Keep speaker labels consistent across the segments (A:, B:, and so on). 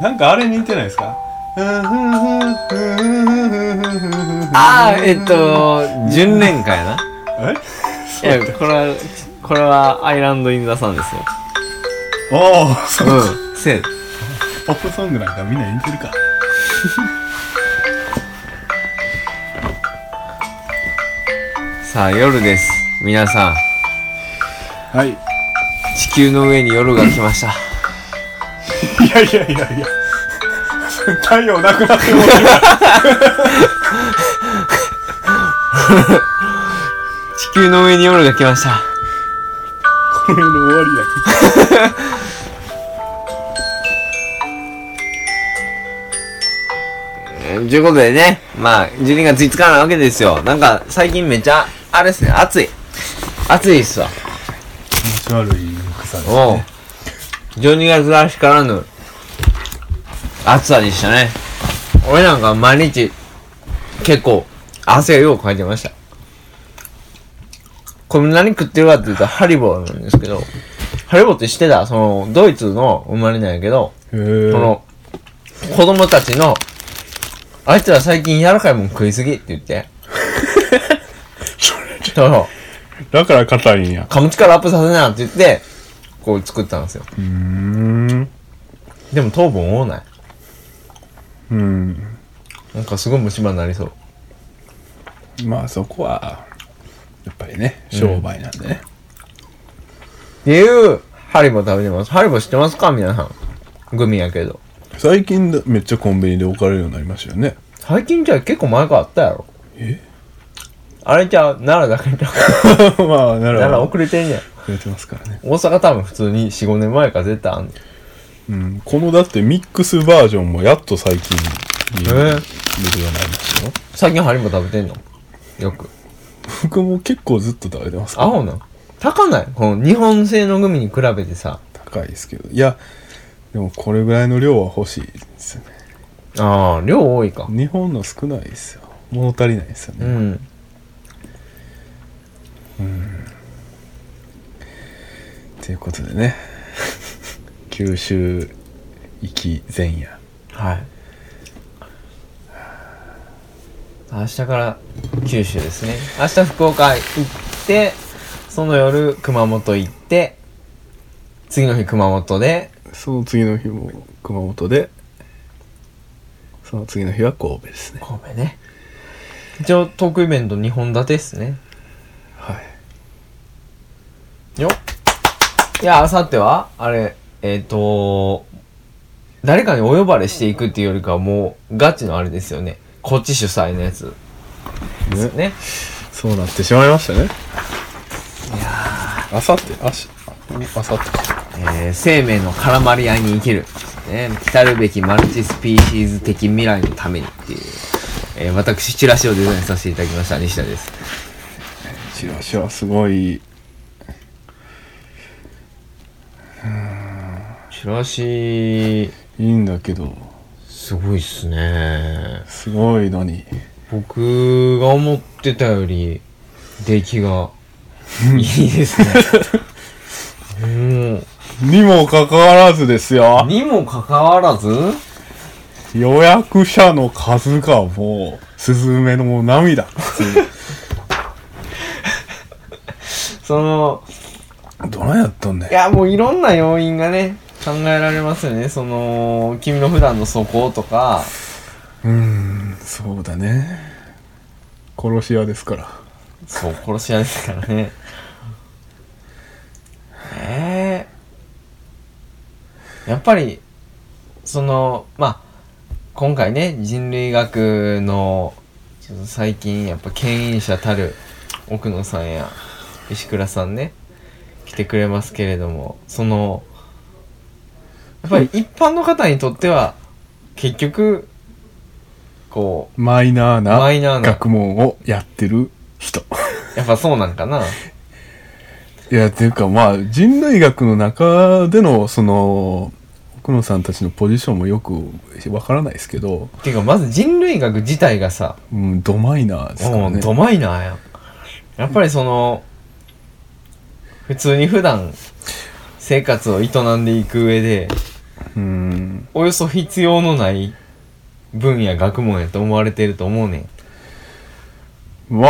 A: なんかあれ似てないですか
B: ああ、えっと、純恋歌やな。
A: え
B: いや、これは、これはアイランド・イン・ザ・サンですよ。
A: おーそう
B: うん。せや
A: ポップソングなんかみんな似てるか
B: さあ、夜です。皆さん、
A: はいい
B: 地球の上に夜が来ま した。
A: やいやいやいや太陽なくなっても
B: 地球の上に夜が来ました。
A: これの終わりだ
B: えーということでね、まあ、12月5日なわけですよ。なんか、最近めちゃ、あれですね、暑い。暑いっすわ。
A: 気持ち悪い草です
B: おう
A: ね。
B: 12月らしからぬ、暑さでしたね。俺なんか毎日、結構、汗をようかいてました。これ何食ってるかって言ったらハリボーなんですけど、ハリボーって知ってたその、ドイツの生まれなんやけど、
A: へー
B: その、子供たちの、あいつら最近柔らかいもん食いすぎって言って、そうそう
A: だから硬いんや
B: 噛む力アップさせなって言って、こう作ったんですよ。
A: うーん
B: でも糖分多ない。
A: うん
B: なんかすごい虫歯になりそう。
A: まあそこはやっぱりね商売なんでね、
B: っていう、ハリボ食べてます。ハリボ知ってますか皆さん。グミやけど。
A: 最近だめっちゃコンビニで置かれるようになりましたよね
B: 最近じゃ結構前からあったやろ。
A: え
B: あれじゃう奈良だけじゃ う
A: まあな
B: 奈良
A: ら
B: 遅れてんねん。
A: くれてますからね
B: 大阪多分普通に4、5年前から絶対あんねん。
A: うんこのだってミックスバージョンもやっと最近見るようになりましたよ
B: 最近ハリボ食べてんのよく。
A: 僕も結構ずっと食べてますけど
B: 青なん高ないこの日本製のグミに比べてさ。
A: 高いですけどいやでもこれぐらいの量は欲しいですよね
B: ああ、量多いか。
A: 日本の少ないですよ物足りないですよ
B: う
A: ね、
B: ん。
A: ということでね 九州行き前夜
B: はい。明日から九州ですね。明日福岡行って、その夜熊本行って、次の日熊本で、
A: その次の日も熊本でその次の日は神戸ですね
B: 神戸ね。一応トークイベント2本立てですね。
A: はい
B: よっ。いや、あさっては、あれ、えっ、と、誰かにお呼ばれしていくっていうよりかはもうガチのあれですよね。こっち主催のやつ。ですよね。
A: そうなってしまいましたねいやあさってあしあさってか
B: えー生命の絡まり合いに生きる、ね、来るべきマルチスピーシーズ的未来のためにっていう、えー私チラシをデザインさせていただきました西田です
A: チラシはすごい
B: チラシ
A: いいんだけど
B: すごいっすね
A: すごいのに
B: 僕が思ってたより出来が いいですねも
A: にもかかわらずです
B: う
A: よ
B: にもかかわらず
A: 予約者の数がもうスズメの涙
B: その
A: どないやったんだ
B: い
A: よ
B: や、もういろんな要因がね、考えられますよね。その、君の普段の素行とか、
A: うーんそうだね殺し屋ですから
B: そう、殺し屋ですからね。ええやっぱり、その、まあ、今回ね、人類学の、ちょっと最近、やっぱ、牽引者たる、奥野さんや、石倉さんね、来てくれますけれども、その、やっぱり一般の方にとっては、結局、こ
A: マイナーな
B: マイナーな
A: 学問をやってる人
B: う、やっぱそうなんかな。
A: いやっていうかまあ人類学の中でのその奥野さんたちのポジションもよくわからないですけど、
B: っていうかまず人類学自体がさ、
A: うん、ドマイナーですから
B: もう
A: ね
B: ドマイナーやんやっぱりその普通に普段生活を営んでいく上で
A: うん
B: およそ必要のない分野学問やと思われてると思うねん
A: ま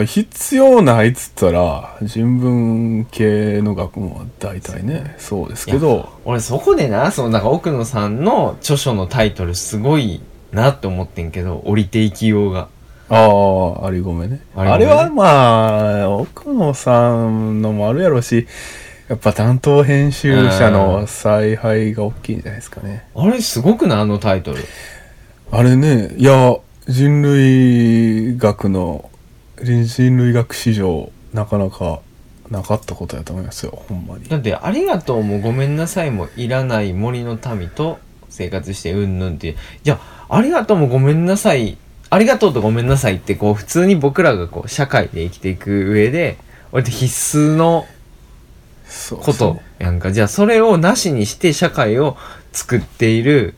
A: あ必要ないっつったら人文系の学問は大体ねそうですけど
B: 俺そこでなそのなんか奥野さんの著書のタイトルすごいなって思ってんけど降りていきようが
A: ああありごめね
B: あり
A: あ
B: ごめ
A: れ
B: ね
A: はまあ奥野さんのもあるやろしやっぱ担当編集者の采配が大きいんじゃないですかね
B: あれすごくないあのタイトル
A: あれねいや人類学の人類学史上なかなかなかったことやと思いますよほんまに
B: だって「ありがとう」も「ごめんなさい」もいらない森の民と生活してうんぬんっていういや「ありがとう」も「ごめんなさい」「ありがとう」と「ごめんなさい」ってこう普通に僕らがこう社会で生きていく上で俺って必須の
A: そうで
B: こ
A: すね
B: とやんか、じゃあそれをなしにして社会を作っている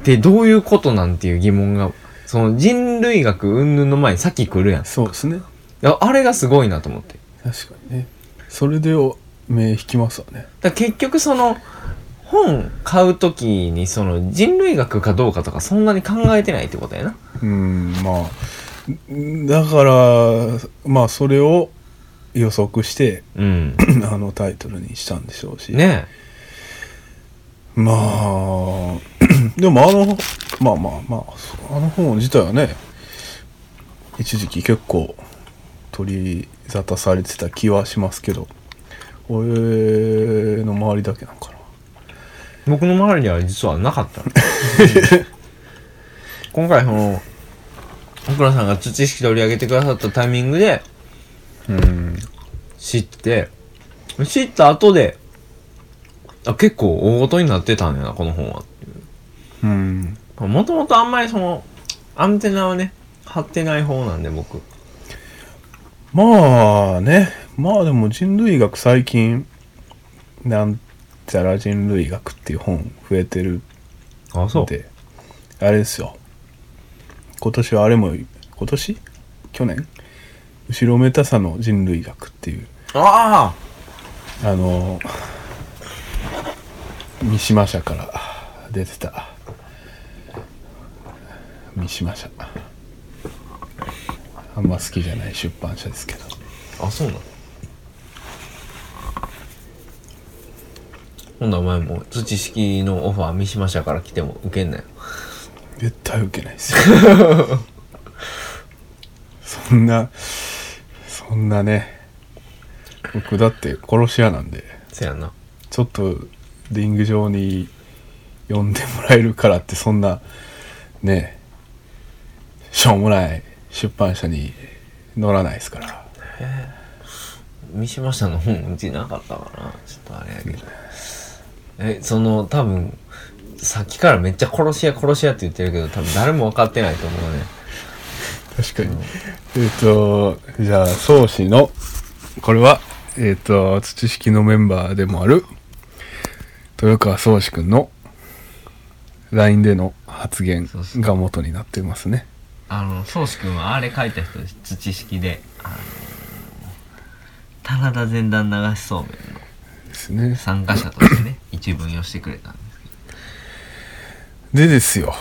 B: ってどういうことなんていう疑問がその人類学云々の前にさっき来るやんい
A: そうですね
B: やあれがすごいなと思って
A: 確かにねそれでお目引きますわね
B: だから結局その本買う時にその人類学かどうかとかそんなに考えてないってことやな
A: うんまあんだからまあそれを予測して
B: うん
A: あのタイトルにしたんでしょうし、
B: ね
A: まあ でもあのまあまあまあそあの本自体はね一時期結構取り沙汰されてた気はしますけど俺の周りだけなんかな
B: 僕の周りには実はなかったの 今回その奥野さんが土式取り上げてくださったタイミングで
A: うん
B: 知って知った後であ結構大ごとになってたんやなこの本は
A: うん
B: もともとあんまりそのアンテナはね張ってない方なんで僕
A: まあねまあでも人類学最近なんちゃら人類学っていう本増えてる
B: あ
A: んであれですよ今年はあれも今年去年後ろめたさの人類学っていう
B: ああ
A: あの三島社から出てた三島社あんま好きじゃない出版社ですけど
B: あそうなのほんならお前も土式のオファー三島社から来ても受けんなよ
A: 絶対受けないですよ そんなそんなね僕だって殺し屋なんで
B: せやな
A: ちょっとリング上に呼んでもらえるからってそんなねしょうもない出版社に乗らないですから
B: 三島社の本うちなかったからなちょっとあれやけどえその多分さっきからめっちゃ殺し屋殺し屋って言ってるけど多分誰も分かってないと思うね
A: 確かにえっ、とじゃあ宗師のこれはえっ、と土式のメンバーでもある豊川宗師くんの LINE での発言
B: そうそ
A: が元になってますね
B: あの宗師君はあれ書いた人です土式であの棚田前段流しそうめんの
A: ですね
B: 参加者としてね一文をしてくれたんですけど
A: でですよ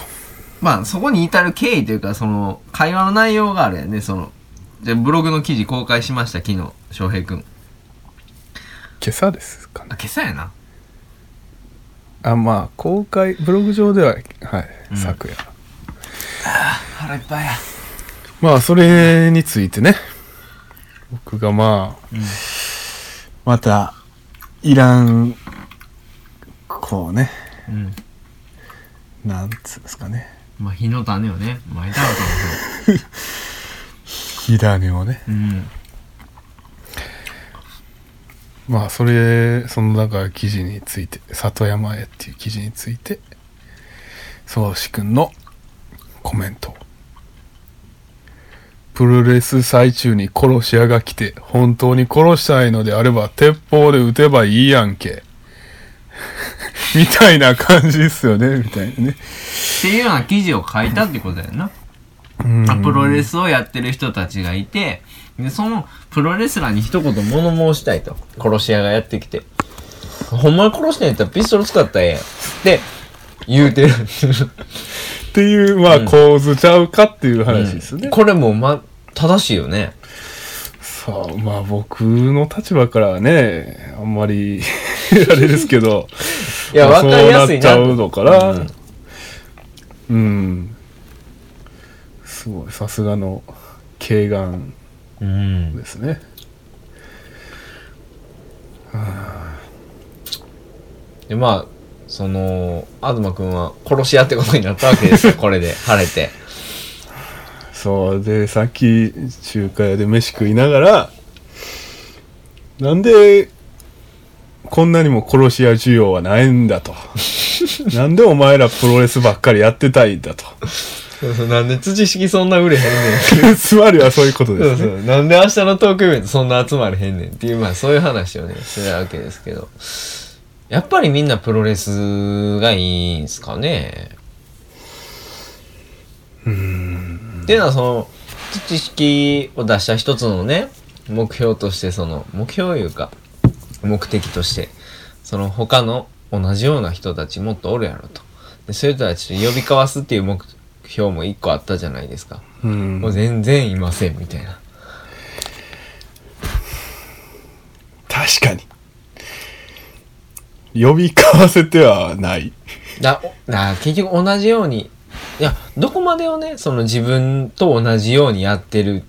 B: まあそこに至る経緯というかその会話の内容があるやんねそのじゃあブログの記事公開しました昨日翔平君
A: 今朝ですか
B: あ
A: ね
B: 今朝やな
A: あまあ公開ブログ上でははい、
B: うん
A: 昨夜
B: 腹いっぱいや
A: まあそれについてね僕がまあ、
B: うん
A: またいらんこうね
B: うん
A: なんつうんですかね
B: まあ火の種をね巻いたわけですよ
A: 火種をね
B: うん
A: まあそれそのだから記事について「里山へ」っていう記事について宗志くんのコメントプロレス最中に殺し屋が来て本当に殺したいのであれば鉄砲で撃てばいいやんけ みたいな感じですよねみたいなね
B: っていうような記事を書いたってことやな
A: うん
B: プロレスをやってる人たちがいてでそのプロレスラーに一言物申したいと殺し屋がやってきてほんまに殺してんやったらピストル使ったらええやん。で、言うてる。
A: っていう、まあ、構図ちゃうかっていう話ですね。
B: これもま、正しいよね。
A: さあ、まあ僕の立場からはね、あんまり、 あれですけど、
B: いや、
A: まあ
B: わかりやすいな。
A: そうなっちゃうのかな。
B: う
A: うんん。すごい、さすがの、軽眼
B: うん。
A: ですね。
B: で、まあ、その、東くんは殺し屋ってことになったわけですよ、これで、晴れて。
A: そう、で、さっき、中華屋で飯食いながら、なんで、こんなにも殺し屋需要はないん だと。なんでお前らプロレスばっかりやってたいんだと。
B: そうそう なんで辻式そんな売れへんねん。
A: つまりはそういうこと
B: そ
A: で
B: う
A: す
B: そ
A: ね。
B: う。なんで明日のトークイベントそんな集まれへんねんっていう、まあそういう話をね、するわけですけど。やっぱりみんなプロレスがいいんすかね。っていうのはその、知識を出した一つのね、目標として、その、目標いうか、目的として、その他の同じような人たちもっとおるやろと。で、そういう人たちを呼び交わすっていう目標も一個あったじゃないですか。
A: うん
B: もう全然いませんみたいな。
A: 確かに。呼び交わせてはない。
B: だだ結局同じようにいやどこまでをねその自分と同じようにやってる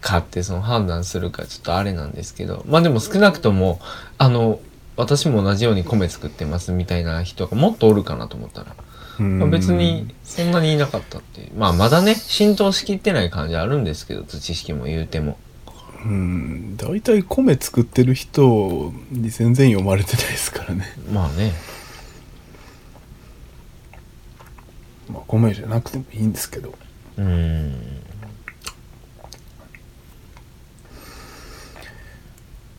B: かってその判断するかちょっとあれなんですけどまあでも少なくともあの私も同じように米作ってますみたいな人がもっとおるかなと思ったら、まあ別にそんなにいなかったっていうまあまだね浸透しきってない感じあるんですけど土式も言うても
A: うん。大体米作ってる人に全然読まれてないですからね。
B: まあね
A: まあ米じゃなくてもいいんですけど。
B: うーん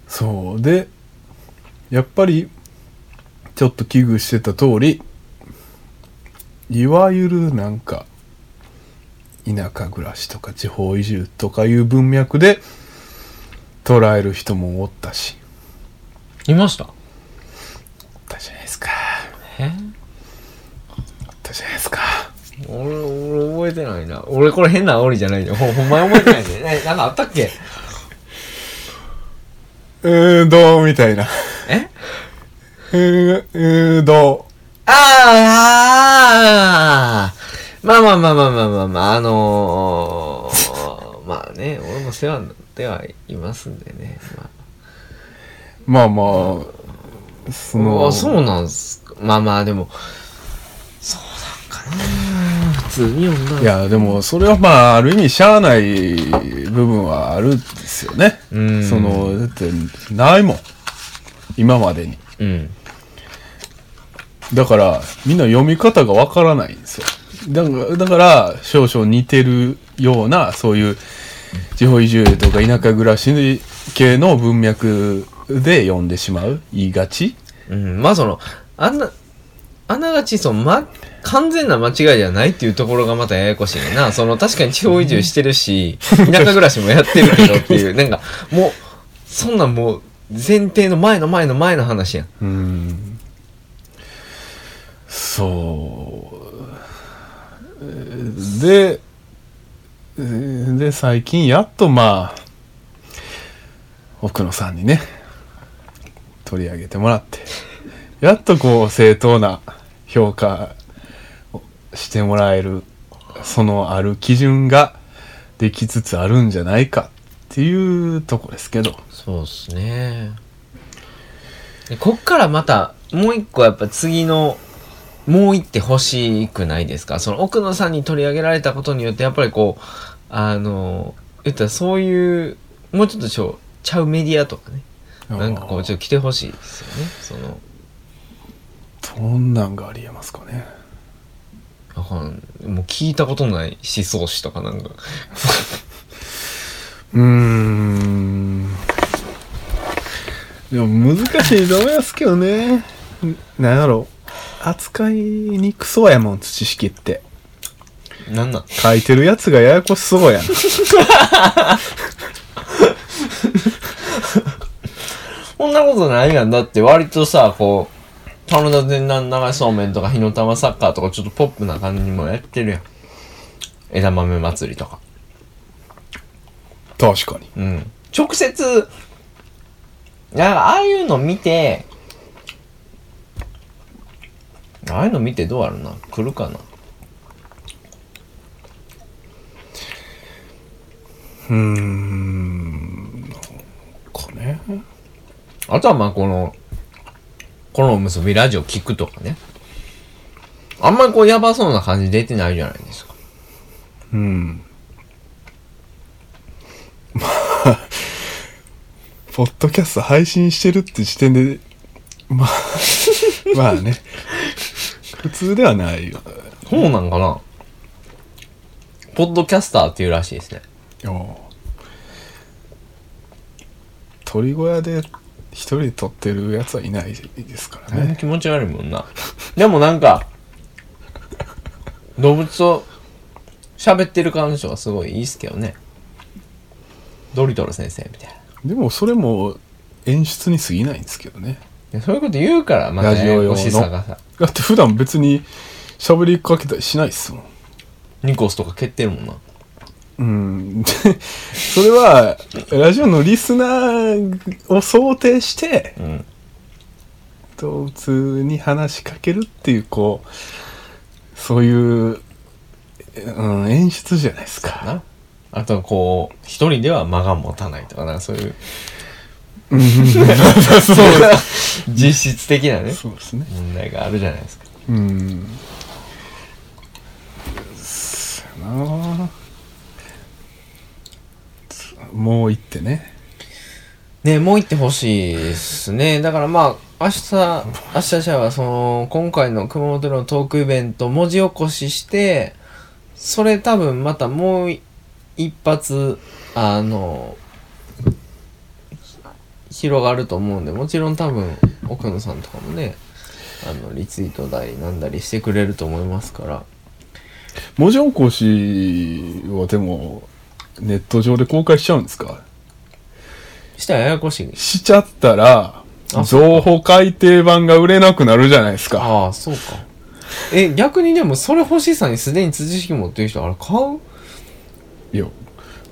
A: そう。で、やっぱり、ちょっと危惧してた通り、いわゆるなんか、田舎暮らしとか地方移住とかいう文脈で捉える人もおったし、
B: いました
A: あったじゃないですか。
B: え
A: あったじゃないですか。
B: 俺、俺覚えてないな。俺これ変な煽りじゃないで。ほ、ほんまに覚えてないで。え、なんかあったっけ
A: うーん、どうみたいな。
B: え
A: うーん、うーん、ど
B: あーあーまあまあまあまあまあまあまあ、あのー、まあね、俺も世話になってはいますんでね。ま
A: うまあまあ、そ
B: あ、う
A: の、
B: わそうなんすか。まあまあ、でも、そうなんかな普通に女の子
A: いや、でも、それはまあ、ある意味、しゃあない部分はあるんですよね。
B: うん
A: その、だって、ないもん。今までに。
B: うん。
A: だから、みんな読み方がわからないんですよ。だから、だから少々似てるような、そういう、地方移住とか田舎暮らし系の文脈で読んでしまう、言いがち。
B: うん、まあその、あんな、あながち、その、ま、完全な間違いじゃないっていうところがまたややこしいな。その、確かに地方移住してるし、田舎暮らしもやってるけどっていう、なんか、もう、そんなんもう、前提の前の前の前の話や
A: う
B: ん。
A: んそう。で、で、最近やっとまあ、奥野さんにね、取り上げてもらって、やっとこう正当な評価をしてもらえる、そのある基準ができつつあるんじゃないかっていうとこですけど。
B: そうですね。でこっからまた、もう一個やっぱ次の、もう一手欲しくないですかその奥野さんに取り上げられたことによって、やっぱりこう、あの、言ったらそういう、もうちょっとちょちゃうメディアとかね。なんかこう、ちょっと来てほしいですよね。その、
A: どんなんがありえますかね。
B: わかんもう聞いたことない思想史とかなんか。
A: うーん。でも難しいと思いますけどね。んなんやろう。扱いにくそうやもん、土式って。
B: なんなん
A: 書いてるやつがややこしそうやん。
B: そんなことないやん。だって割とさ、こう、カナダで流しそうめんとか火の玉サッカーとかちょっとポップな感じもやってるやん。枝豆祭りとか。
A: 確かに。
B: うん。直接、なんかああいうの見て、ああいうの見てどうやろな来るかな
A: うーん。かね。
B: あとはまあこの、このおむすびラジオ聞くとかね。あんまりこうやばそうな感じ出てないじゃないですか。
A: うん。まあ、ポッドキャスト配信してるって時点で、まあ、まあね。普通ではないよ。
B: そうなんかなポッドキャスターっていうらしいですね。
A: お鳥小屋で一人で撮ってるやつはいないですからね。
B: 気持ち悪いもんな。でもなんか、動物と喋ってる感じはすごいいいっすけどね。ドリトル先生みたいな。い
A: でもそれも演出に過ぎないんですけどね。
B: やそういうこと言うから、また
A: ラジオ
B: や
A: 用の
B: やこしさがさ。
A: だって普段別に喋りかけたりしないっすもん。
B: ニコスとか蹴ってるもんな。
A: うん、で それはラジオのリスナーを想定して
B: うん。
A: 動物に話しかけるっていうこうそういう、うん、演出じゃないですか。
B: な。あとはこう、一人では間が持たないとか、なんかそういう。
A: そう
B: 実質的なね
A: そうですね。
B: 問題があるじゃないですか
A: うん。そやなもう行ってね。
B: ねもう行ってほしいですねだからまあ明日明日じゃあその今回の熊本でのトークイベント文字起こししてそれ多分またもう一発あの広がると思うんでもちろん多分奥野さんとかもねあのリツイートだりなんだりしてくれると思いますから
A: 文字起こしはでもネット上で公開しちゃうんですか
B: したらややこしい
A: しちゃったら、
B: あ
A: 情報改訂版が売れなくなるじゃないですか。
B: ああ、そうか。え、逆にでも、それ欲しさにすでに辻式持ってる人、あれ買う
A: いや、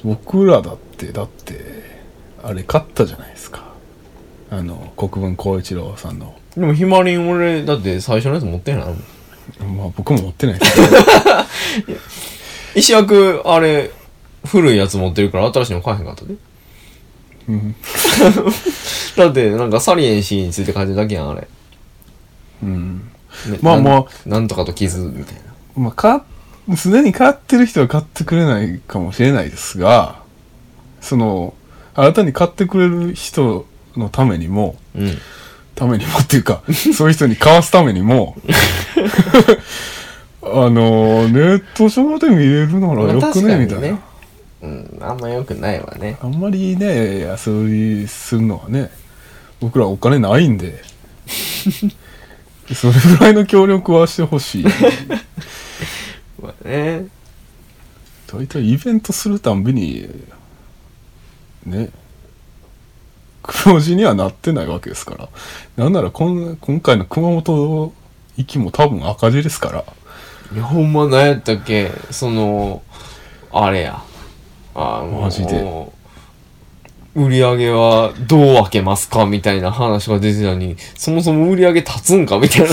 A: 僕らだって、だって、あれ買ったじゃないですか。あの、国分光一郎さんの。
B: でも、ひまりん俺、だって最初のやつ持ってないもん。
A: まあ僕も持ってないですけど、
B: 石役、あれ、古いやつ持ってるから新しいの買えへんかったで。
A: うん
B: だって、なんかサリエンシーについて書いてるだけやん、あれ。
A: うん。
B: ね
A: まあまあ
B: なんなんとかと傷、みたいな。
A: まあ、か、すでに買ってる人は買ってくれないかもしれないですが、その、新たに買ってくれる人のためにも、
B: うん。
A: ためにもっていうか、そういう人に買わすためにも、あの、ネット上で見れるならよくね、みたいな。。
B: うん、あんま良くないわね。
A: あんまりね、遊びするのはね、僕らお金ないんで、それぐらいの協力はしてほしい。
B: まあね。
A: 大体イベントするたんびに、ね、黒字にはなってないわけですから。なんならこん今回の熊本行きも多分赤字ですから。
B: いや、ほんま、なんやったっけその、あれや。あの
A: マジで
B: 売り上げはどう分けますかみたいな話が出てたのに、そもそも売り上げ立つんかみたいな